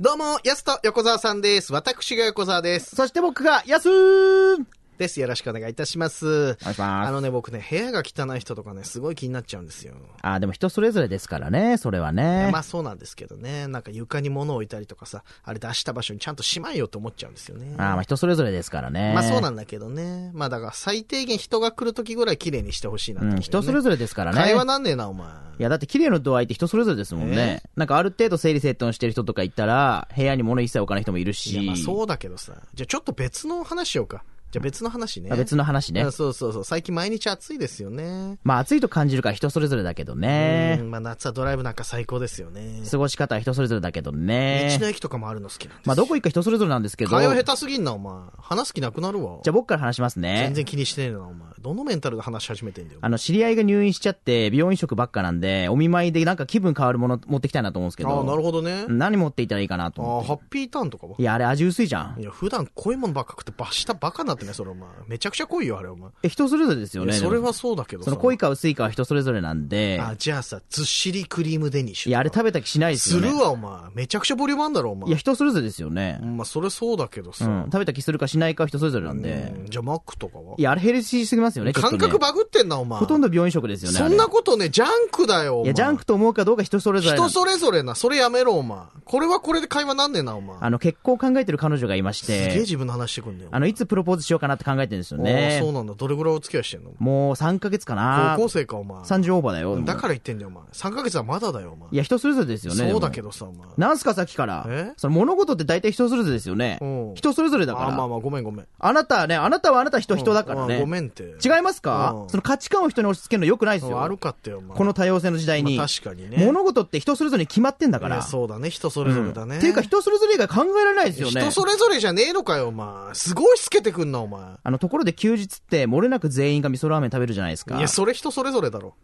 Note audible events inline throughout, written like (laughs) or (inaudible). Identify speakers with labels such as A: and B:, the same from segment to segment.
A: どうも、やすと横澤さんです。私が横澤です。
B: そして僕が、やすーお
A: です。よろしくお願いいたします。
B: 願いしま
A: あ
B: す。
A: のね、僕ね、部屋が汚い人とかね、すごい気になっちゃうんですよ。
B: あーでも人それぞれですからね、それはね。
A: まあそうなんですけどね、なんか床に物を置いたりとかさ、あれ出した場所にちゃんとしまえよと思っちゃうんですよね。
B: あーまあ人それぞれですからね。
A: まあそうなんだけどね。まあだから最低限人が来るときぐらい綺麗にしてほしいなって、
B: うん人それ
A: ぞ
B: ぞれですからね。
A: 会話なんねえな、お前。
B: いや、だって綺麗の度合いって人それぞれですもんね。なんかある程度整理整頓してる人とかいたら、部屋に物一切置かない人もいる
A: い
B: し。
A: やまあそうだけどさ。じゃあちょっと別の話しようか。じゃあ別の話ね。
B: あ別の話ね
A: うん。そうそうそう。最近毎日暑いですよね。
B: まあ暑いと感じるから人それぞれだけど
A: う
B: ね。
A: んまあ夏はドライブなんか最高ですよね。
B: 過ごし方は人それぞれだけど
A: 道
B: ね
A: の。駅とかもあるの好きなんです
B: まあどこ行くか人それぞれなんですけど。
A: 会話
B: じ
A: 下手すぎんな、お前。話す気なくなるわ。
B: ゃあ僕から話しますね。
A: 全然気にしてねえな、お前。どのメンタルで話し始めてんだよ。
B: あの、知り合いが入院しちゃって、美容飲食ばっかなんで、お見舞いでなんか気分変わるもの持ってきたいなと思うんですけど。
A: ああ、なるほどね。
B: 何持っていったらいいかなと
A: ああ
B: 思っ
A: ハッピーターンとかは
B: て。いや、あれ味薄いじゃん
A: い。や、普段濃いものばっか食って、バシタバカになってね、それお前。めちゃくちゃ濃いよ、あれお前。
B: え、人それぞれですよ
A: い
B: ね。
A: や、それ
B: でも
A: はそうだけどさ。
B: その濃いか薄いかは人それぞれなんで、
A: あ、じゃあさ、ずっしりクリームデニッシュ。
B: いや、あれ食べた気しないです
A: す
B: よね。
A: るわ、お前。めちゃくちゃボリュームあんだろ、お前。
B: いや、人それぞれですよね。
A: まあ、それそうだけど
B: う
A: さ。
B: ん。食べた気するかしないかは人それぞれなんで。
A: うんじゃあ、マックとかはい
B: や、あれヘルシーすぎますよね、ちょっと
A: 感
B: ね
A: 覚バグってんな、お前。
B: ほとんど病院食ですよね。
A: そ
B: あれ
A: んなことね、ジャンクだよ、お前。
B: いや、ジャンクと思うかどうか人それぞれな
A: 人
B: んで。
A: それぞれな、それやめろ、お前。これはこれで会話なんねえな、お前。
B: あの、結婚考えてる彼女がいまし
A: すげえ
B: て、
A: 自分の話してくんねよ。
B: あの、いつプロポーズしようかなって考えてるんですよ
A: おーそう
B: ね。
A: なんだ。どれぐらいお付き合いしてんの
B: もう3ヶ月かな
A: 高。校生か、お前。
B: 30オーバーだよ。でも
A: だから言ってんだよ、お前。3ヶ月はまだだよ、お前
B: い。や、人それぞれですよね。
A: そうだ
B: ど。
A: けどさ、お前。
B: なんすかさっきから
A: え。
B: その物事って大体人それぞれですよね
A: うん。
B: 人それぞれだから。
A: あ、まあまあ、ごめんごめん。
B: あなたはね、あなたはあなた人人だから
A: うん
B: ね。
A: ごめんって。違
B: 違いますか
A: うん
B: その価値観を人に押し付けるの良くないですよ。
A: 悪かったよ、お前。
B: この多様性の時代に
A: まあ。確かにね。
B: 物事って人それぞれに決まってんだか
A: いや
B: ら。
A: そうだね、人それぞれだね。
B: ていうか人それぞれ以外考えられないですよね
A: 人。それぞれじゃねえのかよ、お前。すごい透けてくんな、お前。
B: あの、ところで休日って漏れなく全員が味噌ラーメン食べるじゃないですか
A: いや、。それ人それぞれだろ。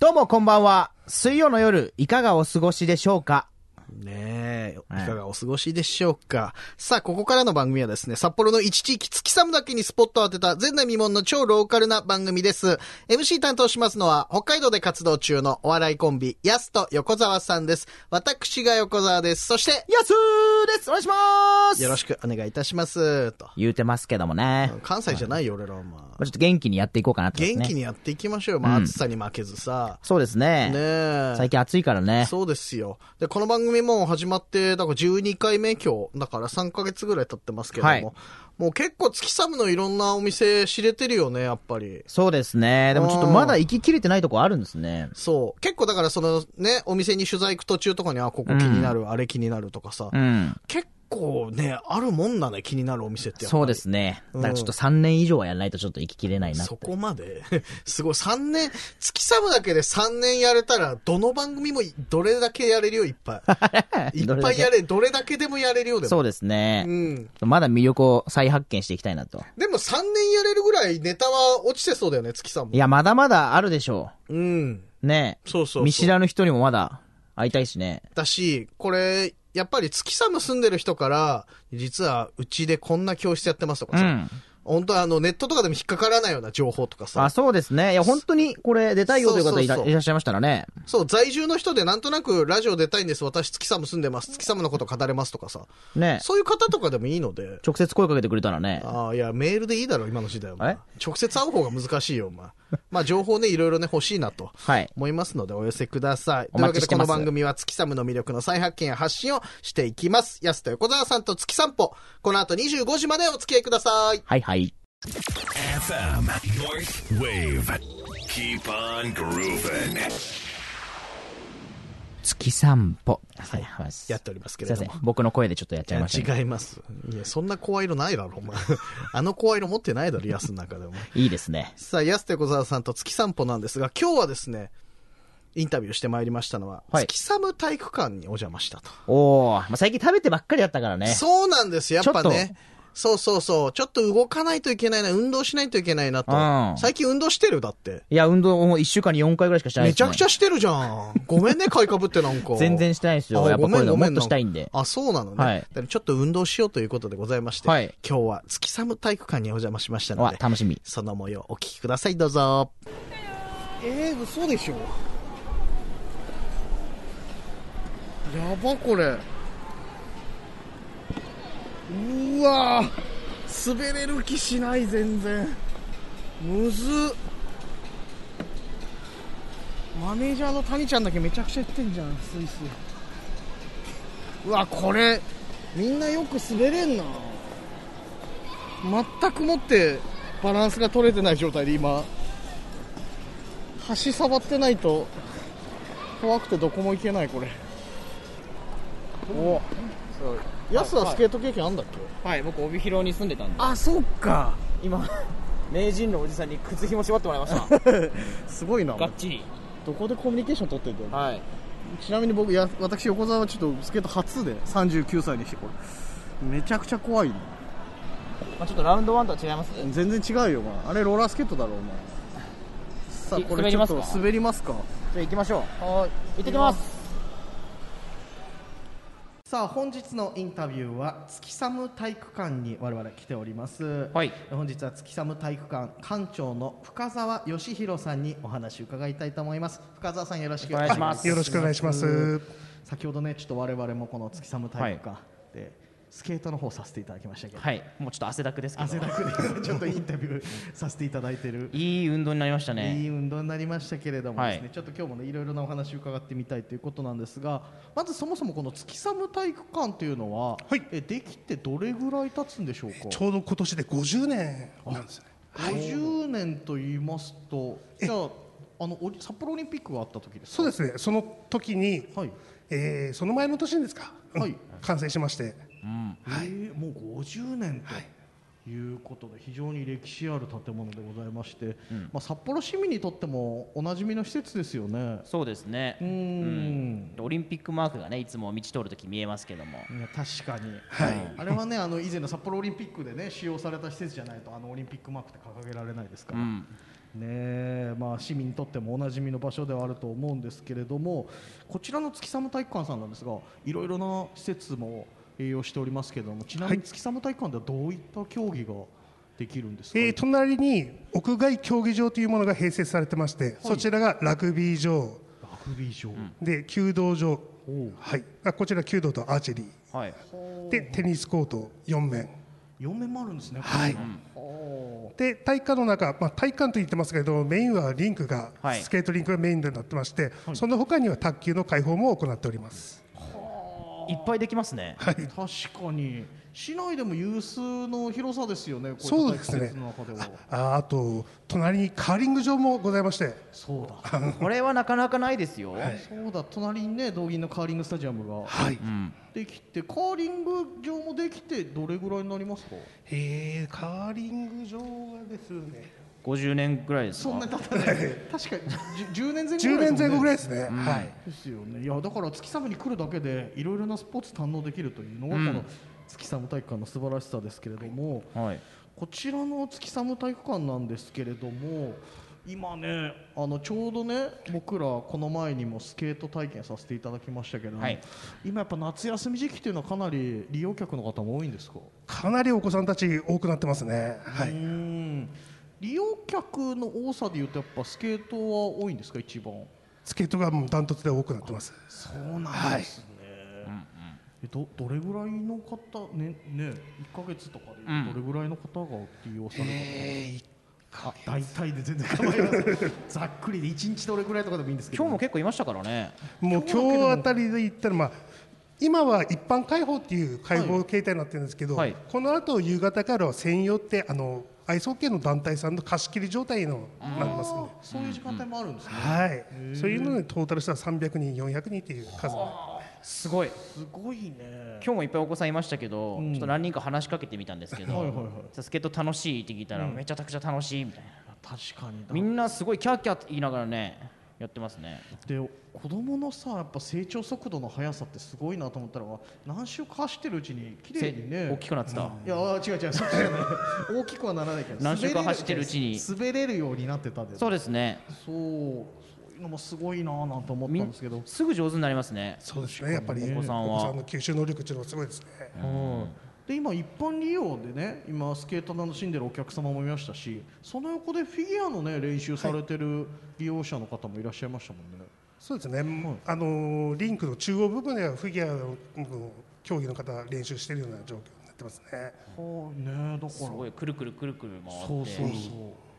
B: どうもこんばんは。水曜の夜、いかがお過ごしでしょうか
A: ねえ、
B: はい
A: いかがお過ごしでしょうか。さあ、ここからの番組はですね、札幌の一地域、月寒だけにスポットを当てた前代未聞の超ローカルな番組です。MC 担当しますのは、北海道で活動中のお笑いコンビ、ヤスと横澤さんです。私が横澤です。そして、
B: やすーですお願いします
A: よろしくお願いいたします。と。
B: 言うてますけどもね。
A: 関西じゃないよ、俺らはまあ
B: まあちょっと元気にやっていこうかなと思い
A: 元
B: ます
A: 気
B: ね。
A: にやっていきましょうよ。まあ、暑さに負けずさ。
B: そうですね。
A: ねえ。
B: 最近暑いからね。
A: そうですよ。で、この番組もう始まって、だから12回目今日、だから3ヶ月ぐらい経ってますけども、
B: はい
A: もう結構月寒のいろんなお店知れてるよね、やっぱり。
B: そうですね。でもちょっとまだ行ききれてないとこあるんですね。
A: そう。結構だからそのね、お店に取材行く途中とかに、あ、ここ気になる、あれ気になるとかさ、
B: うん。
A: 結構ね、あるもんなね、気になるお店ってやっぱり。
B: そうですね。
A: うん
B: だからちょっと3年以上はやらないとちょっと行ききれないなって
A: そ。こまで、 (laughs) すごい、3年、月寒だけで3年やれたら、どの番組もどれだけやれるよ、いっぱい。い
B: (laughs) ど
A: っ
B: れ
A: ぱ
B: だ
A: い
B: け
A: やれ、どれだけでもやれるよ、でも。
B: そうです
A: う
B: ね。
A: ん。
B: まだ魅力を再発見していきたいなと。
A: でも3年やれるぐらいネタは落ちてそうだよね、月さん
B: い
A: も。
B: や、まだまだあるでしょ
A: うん。
B: う。ね
A: そうそうそう
B: 見知らぬ人にもまだ会いたいしね。
A: だし、これ、やっぱり月さんも住んでる人から、実はうちでこんな教室やってますとか
B: う
A: さ、
B: ん。
A: 本当はあのネットとかでも引っかからないような情報とか
B: あ、
A: さ、
B: そうですね。いや、本当にこれ出たいよという方いら
A: そうそうそう
B: いらっしゃいましたらね。
A: そう、在住の人でなんとなくラジオ出たいんです、私月さんも住んでます、月さんのこと語れますとかさ、
B: ね
A: そういう方とかでもいいので、
B: 直接声かけてくれたらね。
A: ああ、いや、メールでいいだろ、今の時代は。お前
B: え
A: 直接会う方が難しいよ、お前。まあ、情報ね、いろいろね、欲しいなと。
B: はい。
A: 思いますのでお寄せください。と
B: お
A: いうわけ
B: 待ち
A: で
B: して
A: こ
B: ま
A: の
B: す
A: 番組は月サムの魅力の再発見や発信をしていきます。安田横澤さんと月散歩。この後25時までお付き合いください。
B: はいはい。
C: FM North Wave. Keep on grooving.
B: 月散歩。はい、はい。す
A: やっておりますけ
B: い
A: れ
B: ませ
A: ど
B: ん
A: も。。
B: 僕の声でちょっとやっちゃいましたね。
A: いや違います。いや、そんな声色ないだろ、お前。 (laughs) あの声色持ってないだろ、安の中でも。 (laughs)
B: いいですね。
A: さあ、安田横澤さんと月散歩なんですが、今日はですね、インタビューしてまいりましたのは、
B: はい
A: 月寒体育館にお邪魔したと。
B: おお、まあ、最近食べてばっかりだったからね。
A: そうなんです、やっぱ
B: ちょっ
A: ね
B: と。
A: そうそうそう。ちょっと動かないといけないな、運動しないといけないなと。
B: うん
A: 最近運動してるだって。
B: いや、運動も1週間に4回ぐらいしかしてない
A: め
B: です、
A: ち
B: ね。
A: ゃくちゃしてるじゃん。ごめん
B: (laughs)
A: ね、買いかぶってなんか。
B: 全然してないですよ。
A: あ
B: やっぱこういう
A: ごめ
B: の
A: ご
B: も
A: め
B: っとしたいんで。
A: あ、そうなのね。
B: はい
A: だからちょっと運動しようということでございまして、
B: はい
A: 今日は月寒体育館にお邪魔しましたの
B: わ、
A: で、
B: 楽しみ。
A: その模様お聞きください、どうぞ。えー、嘘でしょやばこれうわー滑れる気しない全然むずっマネージャーの谷ちゃんだけめちゃくちゃやってんじゃんスイスうわこれみんなよく滑れんな全くもってバランスが取れてない状態で今端触ってないと怖くてどこも行けないこれおやすはスケート経験あんだっけ、
D: はい、僕、帯広に住んでたんで、
A: あそっか
D: 今、名人のおじさんに靴紐絞ってもらいました。
A: (laughs)
D: (laughs)
A: すごいな
D: がっちり。
A: どこでコミュニケーション取ってんだよ
D: はい。
A: ちなみに僕や私横澤はちょっとスケート初で39歳にしてこれめちゃくちゃ怖いな
D: まあ、ちょっとラウンドワンとは違います
A: 全然違うよ、まあ、あれローラースケートだろお前さあ
D: い
A: これちょっと
D: 滑りますか
A: 滑りますか
D: じゃあ行きましょう。
A: は
D: 行
A: い
D: ってきます。
A: さあ本日のインタビューは月寒体育館に我々来ております、
D: はい
A: 本日は月寒体育館館長の深澤義弘さんにお話伺いたいと思います深澤さんよろしくお願いします
E: よろしくお願いします。
A: 先ほどねちょっと我々もこの月寒体育館で、スケートの方させていただきましたけど、
D: はい、もうちょっと汗だくですけど。
A: 汗だくでちょっとインタビューさせていただいてる
D: いい運動になりましたね。
A: いい運動になりましたけれどもですね、
D: はい
A: ちょっと今日もねいろいろなお話伺ってみたいということなんですがまずそもそもこの月寒体育館というのは、
E: はい
A: えできてどれぐらい経つんでしょうか
E: ちょうど今年で50年なんですね。
A: 50年と言いますとじゃああのお札幌オリンピックがあった時ですか
E: そうですね。その時に、
A: はい
E: えーその前の年ですか。うん
A: はい
E: 完成しまして、
A: えーもう50年ということで非常に歴史ある建物でございまして、まあ、札幌市民にとってもおなじみの施設ですよね。
D: そうですね。
A: うーん
D: オリンピックマークがね、いつも道通るとき見えますけども。
A: いや確かに、
E: はい
A: あれはねあの以前の札幌オリンピックでね使用された施設じゃないとあのオリンピックマークって掲げられないですか
D: う
A: ら、
D: ん。
A: ねえまあ、市民にとってもおなじみの場所ではあると思うんですけれどもこちらの月寒体育館さんなんですがいろいろな施設も栄養しておりますけれどもちなみに
E: はい
A: 月寒体育館ではどういった競技ができるんですか、
E: えー隣に屋外競技場というものが併設されてまして、そちらがラグビー場
A: ラグビー場、
E: で弓道場、
A: おう
E: はい。あこちら弓道とアーチェリ
D: はい。
E: ーでテニスコート4面。
A: 4面もあるんですね、
E: はい
A: おー
E: で体育館の中、まあ、体育館と言ってますけどメインはリンクが、
D: はい
E: スケートリンクがメインになってまして、その他には卓球の開放も行っております
D: いっぱいできますね。
A: 確かに市内でも有数の広さですよねこう
E: そう
A: いった体
E: で
A: 育施設
E: すね
A: の中では
E: ああと隣にカーリング場もございまして
A: そうだ
D: これはなかなかないですよ。
A: そうだ隣にね道銀のカーリングスタジアムが
E: はい、
D: うん。
A: できてカーリング場もできてどれぐらいになりますか
E: えー、カーリング場がですね
D: 50年ぐらいですか。
A: そんなに経ったない確かにじゅ10年前後ぐ
E: 10
A: らい
E: 年前後ぐらい
A: いですもんね
E: ですね、はい
A: ですよねいやだから月寒に来るだけでいろいろなスポーツ堪能できるというのがこの月寒体育館の素晴らしさですけれども、
D: はい。
A: こちらの月寒体育館なんですけれども今ねあのちょうどね僕らこの前にもスケート体験させていただきましたけれども、
D: はい
A: 今やっぱ夏休み時期というのはかなり利用客の方も多いんですか、
E: かなりお子さんたち多くなってますね、は
A: う
E: い、
A: ん利用客の多さでいうとやっぱスケートは多いんですか一番
E: スケートがもうダントツで多くなってます
A: そうなんですね、えどどれぐらいの方ねね1ヶ月とかで言うとどれぐらいの方が利用されたのかな、あ大体で全然構いません (laughs) ざっくりで1日どれぐらいとかでもいいんですけど
D: 今日も結構いましたからね。
E: もう今日あたりで言ったら、まあ、今は一般開放っていう開放形態になってるんですけど、
D: はい
E: この後夕方からは専用ってあのアイスホッケーの団体さんの貸し切り状態のなりますんで。
A: そういう時間帯もあるんですね、
E: はい、そういうのでトータルしたら300人、400人っていう数にな
D: すごい。
A: すごいね
D: 今日もいっぱいお子さんいましたけど、ちょっと何人か話しかけてみたんですけど、
A: はいはいはい
D: スケート楽しいって聞いたら、めちゃくちゃ楽しいみたいな
A: 確かにだ
D: みんなすごいキャーキャーって言いながらねやってますね
A: で子供のさやっぱ成長速度の速さってすごいなと思ったのが何週か走ってるうちに綺麗にね
D: せ大きくなってた、
A: いやあ違う違うそっちじゃない (laughs) 大きくはならないけど
D: 何周か
A: 滑れ
D: 走ってるうちに
A: 滑れるようになってたんです
D: そう
A: そ
D: で
A: う
D: すね
A: そういうのもすごいなあなんて思ったんですけど
D: すぐ上手になりますね
E: そうですね、やっぱり
D: お
E: お
D: 子
E: 子
D: さ
E: さ
D: ん
E: ん
D: は
E: の吸収能力っていうのはすごいですね。
A: で今一般利用でね今スケート楽しんでるお客様もいましたしその横でフィギュアのね練習されてる利用者の方もいらっしゃいましたもんね、
E: そうですね、あのリンクの中央部分ではフィギュアの競技の方練習しているような状況になってますね。
A: はあねだから
B: すごいくるくるくるくる回って
A: そうそうそう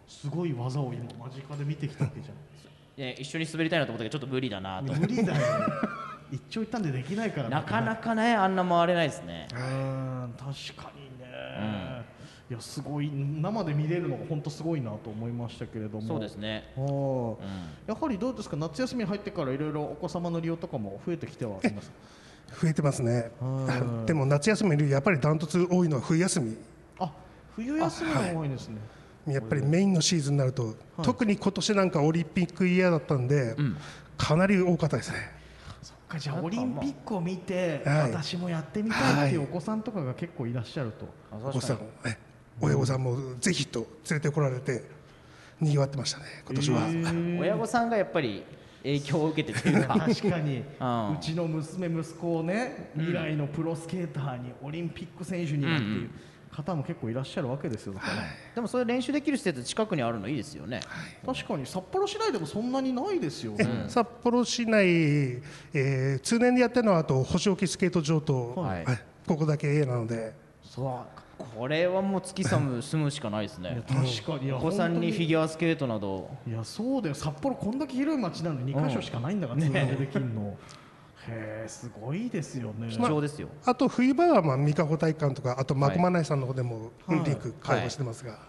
A: すごい技を今間近で見てきたわけじゃ
B: ね一緒に滑りたいなと思ったけどちょっと無理だなと
A: ん無理だよね一長一短でできないから
B: なかな
A: か
B: かねあんな回れないですね
A: うん確かにね、いやすごい生で見れるのが本当すごいなと思いましたけれども
B: そうですね
A: はあやはりどうですか夏休み入ってからいろいろお子様の利用とかも増えてきてはいます
E: 増えてますね
A: は。い
E: (laughs) でも夏休みよりやっぱりダントツ多いのは冬休み。
A: あ冬休みの方がいいですね、
E: やっぱりメインのシーズンになると、特に今年なんかオリンピックイヤーだったんで、かなり多かったですね。
A: そっかじゃあオリンピックを見て、
E: はい
A: 私もやってみたいっていうお子さんとかが結構いらっしゃると、
E: お子さんもね、親御さんもぜひと連れてこられて、にぎわってましたね、今年は。
B: 親御さんがやっぱり影響を受けてというか
A: 確かに、
B: うん
A: うちの娘息子をね未来のプロスケーターにオリンピック選手になっていう方も結構いらっしゃるわけですよだから、
B: (laughs) でもそれ練習できる施設近くにあるのいいですよね
A: 確かに札幌市内でもそんなにないですよね、
E: 札幌市内、えー通年でやってるのはあと星置スケート場と、
B: はい
E: はいここだけ A なので、
B: そうこれはもう月さむ住むしかないですね
A: 確かにいや
B: お子さんにフィギュアスケートなど
A: いやそうだよ札幌こんだけ広い町なのに2箇所しかないんだから、ね、でできんのへえすごいですよね
B: 貴重ですよ
E: あと冬場はまあ三ヶ穂体育館とかあとマコマ内さんの方でもうんリンク開放してますが、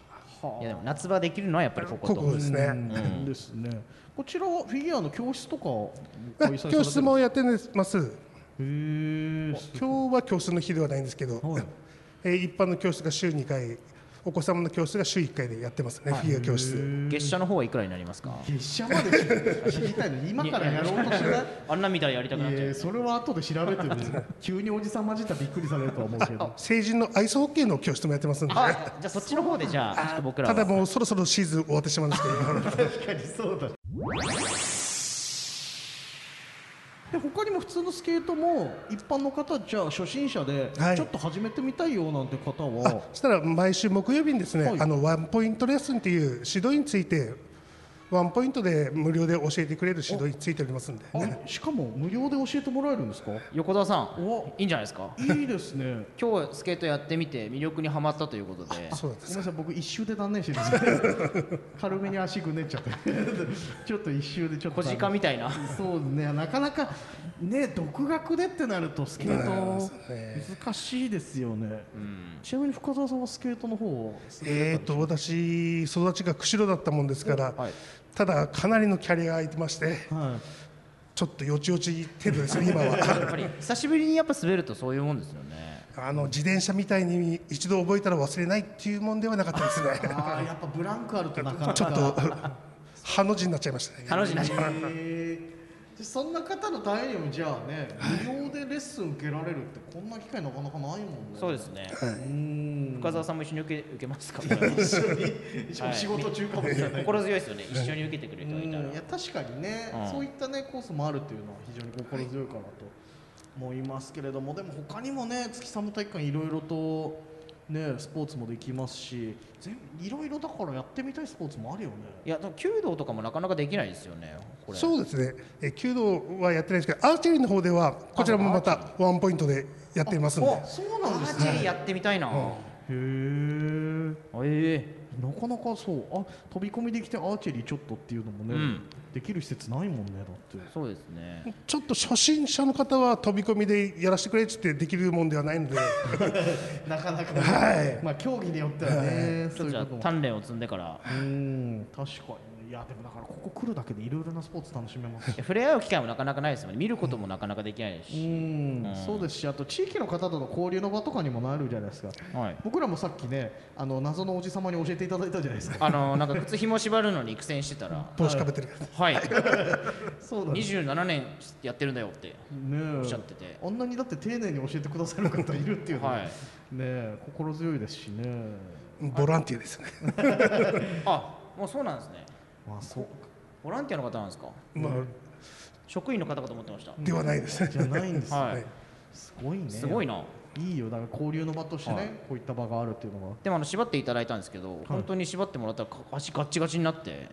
B: いやでも夏場できるのはやっぱりここと
E: ここですね。
A: うんですねこちらはフィギュアの教室とか開催
E: あ
A: されてる
E: 教室もやってます。
A: へえ
E: 今日は教室の日ではないんですけど、
A: はい
E: (laughs) えー一般の教室が週2回、お子様の教室が週1回でやってますね、フィギュア教室。
B: 月謝の方はいくらになりますか
A: 月謝まで知りたいの今からやろうとしない
B: あんな見たらやりたくなっちゃ
A: え
B: う
A: それは後で調べてね急におじさん混じったらびっくりされるとは思うけど
E: 成人のアイスホッケーの教室もやってますんで、
B: あじゃあそっちの方でじゃあちょっと僕ら
E: た
B: は
E: だもうそろそろシーズン終わってしまうんですけど、
A: 確かにそうだで他にも普通のスケートも一般の方じゃあ初心者で
E: はい
A: ちょっと始めてみたいよなんて方
E: あ
A: は、
E: そしたら毎週木曜日にですね、
A: はい
E: あのワンポイントレッスンという指導員についてワンポイントで無料で教えてくれる指導員ついておりますんで、
A: あしかも無料で教えてもらえるんですか
B: 横澤さん
A: お
B: いいんじゃないですか
A: いいですね
B: 今日スケートやってみて魅力にはまったということで
E: (laughs) そうな
A: ごめん
E: んです
A: なさい僕一周で断念してるんです (laughs) よ軽めに足ぐねっちゃって (laughs) ちょっと一周でちょっと
B: 小鹿みたいな
A: そうねなかなかね独学でってなるとスケート難しいですよね、ちなみに深澤さんはスケートの方を
E: えー、と私、育ちが釧路だったもんですから、ただ、かなりのキャリアが空いてまして、
A: は
E: ちょっとよちよち程度ですね、今
B: やっ
E: (laughs) は。
B: ぱり久しぶりにやっぱ滑るとそういうもんですよね
E: あの自転車みたいに一度覚えたら忘れないっていうもんではなかったですね (laughs)
A: い、。ああやっぱブランクあるとなかなか
E: ちょっと、ハの字になっちゃいましたね。
B: 楽しいな
A: へーそんな方のためにもじゃあね無料でレッスン受けられるってこんな機会なかなかないもんね
B: そうですね
A: うん
B: 深澤さんも一緒に受け受けますか
A: 一緒に一緒に仕事中かもしれない
B: 心強いですよね一緒に受けてくれる人がいたら
A: うんいや確かにね、
B: うん
A: そういったねコースもあるというのは非常に心強いかなと思いますけれども、でも他にもね月寒体育館いろいろとねスポーツもできますし全いろいろだからやってみたいスポーツもあるよね
B: いやでも弓道とかもなかなかできないですよねこれ
E: そうですね、えー弓道はやってないですけど、アーチェリーの方では、こちらもまたワンポイントでやっていますので、
A: そう
B: ア
A: なんです
B: ーチェリーやってみたいな、
A: へえ
B: え
A: なかなかそうあ飛び込みできてアーチェリーちょっとっていうのもね、
B: うん
A: できる施設ないもんねだって
B: えそうですね
E: ちょっと初心者の方は飛び込みでやらせてくれって言ってできるもんではないので、
A: なかなか、
E: は
A: (laughs)
E: い
A: まあ競技によってはね、
B: ち
A: そ
B: ょっ
A: うい
B: とじ
A: う
B: ゃ
A: こ
B: あ
A: とも
B: 鍛錬を積んでから
A: うん確かにいやでもだからここ来るだけでいろいろなスポーツ楽しめます
B: いや触れ合う機会もなかなかないですもんね見ることもなかなかできないです
A: う
B: し、
A: ん、そうですしあと地域の方との交流の場とかにもなるじゃないですか
B: はい、
A: 僕らもさっきねあの謎のおじ様に教えていただいたじゃないですか
B: あのなんか靴紐縛るのに苦戦してたら
E: 帽子かぶってる、
B: はい
A: そうだね
B: 27年やってるんだよって
A: ね
B: おっしゃっ
A: え
B: てて、
A: あんなにだって丁寧に教えてくださる方いるっていうのは、
B: はい
A: ねえ心強いですしね
E: ボランティアですね、
B: あもうそうなんですね
A: まあそうか
B: ボランティアの方なんですか
E: まあ、
B: 職員の方かと思ってました、
E: ではないですね。
A: じゃないんですよ、
B: はい
E: はい
A: すごいね
B: すごいな
A: いいよだから交流の場としてね、こういった場があるっていうのが
F: でもあの縛っていただいたんですけど、本当に縛ってもらったらか足ガッチガチになって、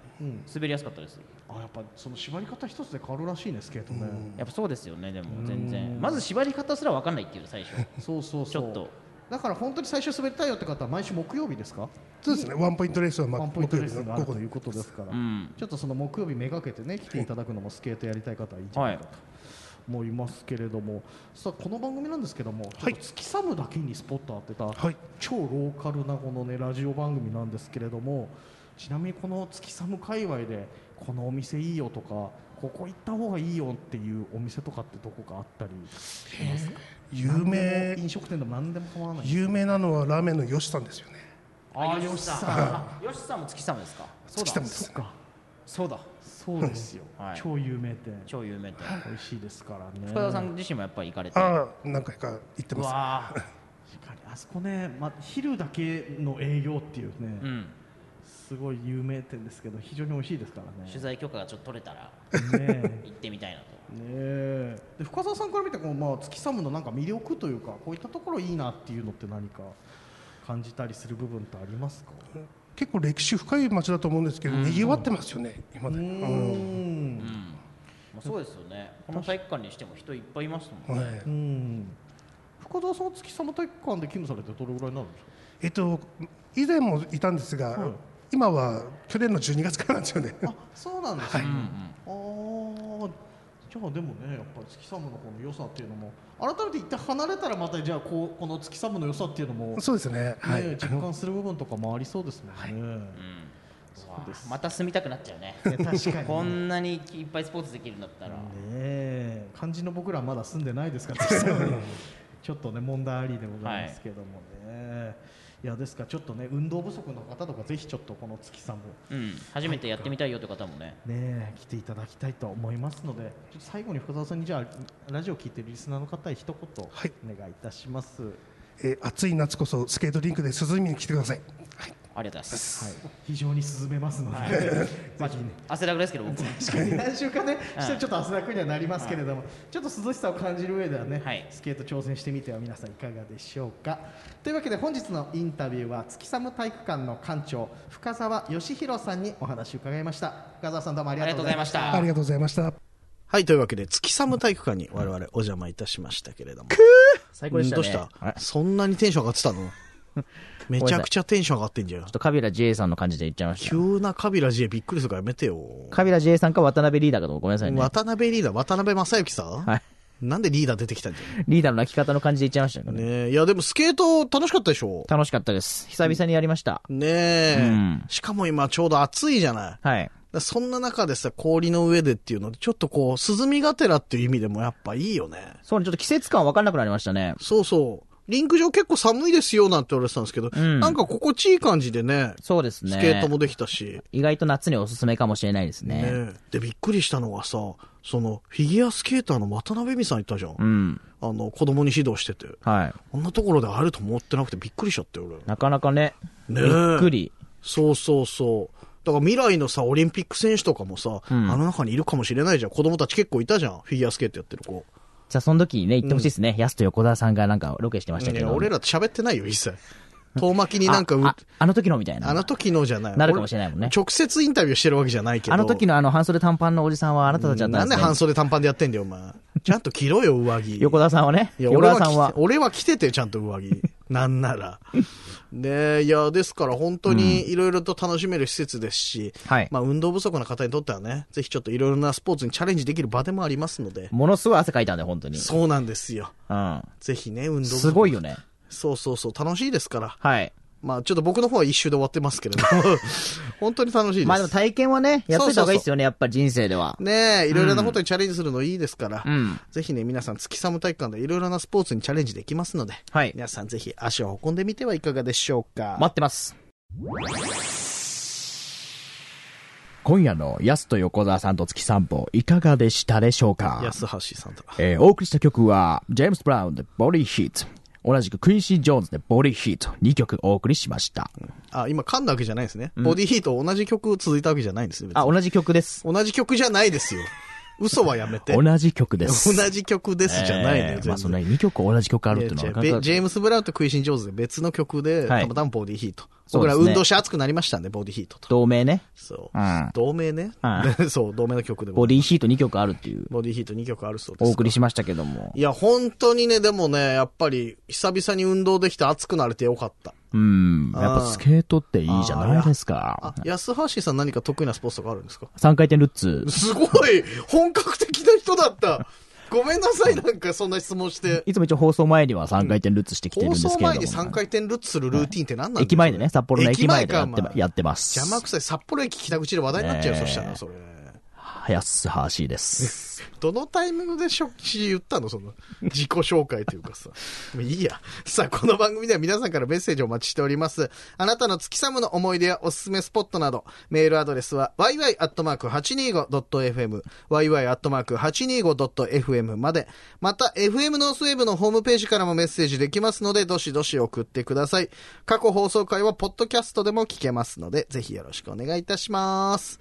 F: 滑りやすかったです
A: あやっぱその縛り方一つで変わるらしいねスケートね、
F: やっぱそうですよねでも全然まず縛り方すら分かんないっていう最初
A: そうそうそう
F: ちょっと
A: だから本当に最初滑りたいよって方は毎週木曜日ですか
E: そうですね、ワンポイントレースは、まあ、
A: ワンポイントレッスンがある
E: 木曜
A: という
E: 日の午後
A: ことですから、
F: ん
A: ちょっとその木曜日めがけてね来ていただくのもスケートやりたい方はいいんじゃないかと思いますけれども、さあこの番組なんですけども、ちょっと月寒だけにスポット当てた、
E: はい
A: 超ローカルなこのねラジオ番組なんですけれどもちなみにこの月寒界隈でこのお店いいよとかここ行った方がいいよっていうお店とかってどこかあったりしますか
E: 有
A: 何でも
E: 名
A: 飲食店でも何でも構わない
E: 有名なのはラーメンの吉さんですよね。
F: あ吉さん (laughs) 吉さんも月さんですか
E: 月さんです
A: そっ。か
F: そうだ
A: そうですよ、
F: はい
A: 超有名店
F: 超有名店
A: 美味しいですからね
F: 深田さん自身もやっぱり行かれて
E: ああ、何回か行って
F: う
E: ま
F: わー
A: 確かにあそこね、ま、昼だけの営業っていうね、
F: うん
A: すごい有名店ですけど非常に美味しいですからね
F: 取材許可がちょっと取れたら
A: ねえ
F: 行ってみたいなと
A: ねえで深澤さんから見てこの、まあ、月寒のなんか魅力というかこういったところいいなっていうのって何か感じたりする部分ってありますか
E: す。結構歴史深い町だと思うんですけど、賑わってますよね、今だにうん
A: ん
F: まあそうですよねこの体育館にしても人いっぱいいますもん
E: は
F: ね
E: い
A: うん深澤さんは月寒体育館で勤務されてどれぐらいになるんですか
E: えっと、以前もいたんですが、今は去年の12月からなんですよね。
A: あそうなんですね、ああじゃあでもねやっぱり月寒のこの良さっていうのも改めて一旦離れたらまたじゃあこうこの月寒の良さっていうのも、ね
E: そうですね。はい。
A: 実感する部分とかもありそうですもんね、そうです
F: うわーまた住みたくなっちゃうね
A: いや確かに
F: こんなにいっぱいスポーツできるんだったら
A: ねえ肝心の僕らはまだ住んでないですから実際にちょっとね問題ありでございますけどもね、い、やですからちょっとね運動不足の方とかぜひちょっとこの月寒
F: うん初めてやってみたいよって方もね
A: ねえ来ていただきたいと思いますのでちょっと最後に深澤さんにじゃあラジオを聞いてるリスナーの方へ一言
E: はい
A: お願いいたします、はい
E: えー暑い夏こそスケートリンクで涼みに来てください。
F: ありがとうございます
A: (laughs) 非常に進めますので、 (laughs) ぜひね
F: 汗だくですけど
B: (laughs)
F: 僕も
A: 確かに (laughs) 何週かね、してちょっと汗だくにはなりますけれども、ちょっと涼しさを感じる上ではね、
F: はい
A: スケート挑戦してみては皆さんいかがでしょうか。というわけで本日のインタビューは月寒体育館の館長深澤義弘さんにお話を伺いました。深澤さんどうもあり
F: あ
A: が
F: り
A: と
F: がとうござ
A: うござい
F: い
A: ま
F: ま
A: し。
F: したた
E: ありがとうございました。
G: はい、というわけで、月寒体育館に我々お邪魔いたしましたけれども。
B: 最高でしたね。
G: うんどう
B: あれ
G: した
B: ちょ
G: そんなにテンション上がってたのめちゃくちゃテンション上がってんじゃん
B: っ。とカビラ J さんの感じで言っちゃいました。
G: 急なカビラ J びっくりするからやめてよ。
B: カビラ J さんか渡辺リーダーかと思うごめんなさいね。
G: 渡辺リーダー、渡辺正行さん、
B: はい
G: なんでリーダー出てきたんじゃ
B: リーダーの泣き方の感じで言っちゃいましたけど
G: ん
B: ね。
G: ねえ。いや、でもスケート楽しかったでしょ
B: 楽しかったです。久々にやりました。
G: ねえ、
B: うん
G: しかも今ちょうど暑いじゃない。だか
B: はい。
G: らそんな中でさ、氷の上でっていうので、ちょっとこう、涼みがてらっていう意味でもやっぱいいよね。
B: そうね、ちょっと季節感分かんなくなりましたね。
G: そうそう。リンク上結構寒いですよなんて言われてたんですけど、
B: ん
G: なんか心地いい感じでね、
B: そうですね。
G: スケートもできたし。
B: 意外と夏におすすめかもしれないですね。
G: ねえで、びっくりしたのがさ、その、フィギュアスケーターの渡辺美さんいたじゃん。
B: うん。
G: あの、子供に指導してて。
B: はい。
G: こんなところであると思ってなくてびっくりしちゃったよ、俺。
B: なかなかね、
G: ねえ
B: びっくり。
G: そうそうそう。だから未来のさ、オリンピック選手とかもさ、あの中にいるかもしれないじゃん。子供たち結構いたじゃん。フィギュアスケートやってる子。
B: じゃあその時にね、行ってほしいですね。ヤスと横田さんがなんかロケしてました
G: い
B: け
G: や
B: ど。
G: 俺らと喋ってないよ、一切。遠巻きになんかう
B: あああの時のみたいな。
G: あの時の
B: (laughs)
G: じゃない。
B: なるかもしれないもんね
G: 俺直接インタビューしてるわけじゃないけど。
B: あの時のあの半袖短パンのおじさんはあなたたちだった
G: なん
B: ん
G: で
B: ですね。
G: 半袖短パンでやってんだよ、お前。ちゃんと着ろよ、上
B: (laughs)
G: 着。
B: 横田さんはね。
G: いや、
B: 横
G: 俺
B: 田
G: は
B: さん
G: 着て
B: は、。
G: 俺は着てて、ちゃんと上
B: (laughs)
G: 着。なんなら。ねえ、いや、ですから本当にいろいろと楽しめる施設ですし、
B: はい
G: まあ運動不足な方にとってはね、ぜひちょっといろいろなスポーツにチャレンジできる場でもありますので、
B: ものすごい汗かいたんだよ、本当に。
G: そうなんですよ。
B: うん。
G: ぜひね、運動不足
B: すごいよね。
G: そうそうそう、楽しいですから。
B: はい。
G: まあちょっと僕の方は一周で終わってますけれど
B: (laughs)
G: も、本当に楽しいです。
B: まあでも体験はね、やっといた方がいいですよね、やっぱり人生では。
G: ねえ、いろいろなことにチャレンジするのいいですから、
B: ん
G: ぜひね、皆さん、月寒体育館でいろいろなスポーツにチャレンジできますので、
B: はい
G: 皆さんぜひ足を運んでみてはいかがでしょうか。
B: 待ってます。今夜のヤスと横澤さんと月散歩、いかがでしたでしょうか
G: 安橋さんと。
B: えーお送りした曲は、ジェームス・ブラウンでボディヒート。同じくクリンシー・ジョーンズでボディヒート。2曲お送りしました。
G: あ、今噛んだわけじゃないですね。ボディヒート同じ曲続いたわけじゃないんですね。別に
B: あ、同じ曲です。
G: 同じ曲じゃないですよ。
A: 嘘はやめ
B: (laughs)
A: て。
B: 同じ曲です。
A: 同じ曲ですじゃないのよ、全
B: えー
A: 然
B: まあそんなに2曲同じ曲あ
A: い
B: るっ
A: や
B: て
A: 違
B: いうの
A: う
B: は
A: べジェームス・ブラウンと食いしん上手で別の曲で、
B: はい
A: たまたまボディヒート。
B: そう
A: 僕
B: です
A: ら
B: ね
A: 運動して熱くなりましたね、ボディヒートと。
B: 同盟ね。
A: そう。
B: うん
A: 同盟ね。(laughs)
B: う
A: そう、同盟の曲でご
B: ボ
A: ざ
B: デ
A: い
B: ィ
A: ま
B: ーヒート2曲あるっていう
A: す。ボディヒート2曲あるそうです。
B: お送りしましたけども。
A: いや、本当にね、でもね、やっぱり、久々に運動できて熱くなれてよかった。
B: うん。やっぱスケートっていいじゃないです
A: あ
B: か。、
A: 安橋さん何か得意なスポーツとかあるんですか
B: 3回転ルッツ。
A: すごい本格的な人だったごめんなさい、なんかそんな質問して。
B: いつも一応放送前には3回転ルッツしてきてる
A: 放
B: んですけれ
A: 送
B: ども。
A: 前に3回転ルッツするルーティンって何なんだ
B: 駅前でね、札幌の駅前でやって
A: 駅前
B: ま
A: か
B: やってます。
A: 邪魔くさい、札幌駅北口で話題になっちゃうよ、
B: ねえ
A: そしたら、それ。
B: 安橋です。
A: どのタイミングで初期言ったのその、自己紹介というかさ。 (laughs) もういいや。さあ、この番組では皆さんからメッセージをお待ちしております。あなたの月寒の思い出やおすすめスポットなど、メールアドレスは yy.825.fm、yy.825.fm まで、また、FM ノースウェーブのホームページからもメッセージできますので、どしどし送ってください。過去放送回は、ポッドキャストでも聞けますので、ぜひよろしくお願いいたします。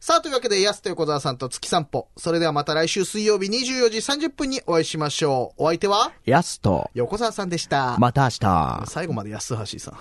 A: さあ、というわけで、安と横澤さんと月散歩。それではまた来週水曜日24時30分にお会いしましょう。お相手は、
B: 安と、
A: 横澤さんでした。
B: また明日。
A: 最後まで安橋さん。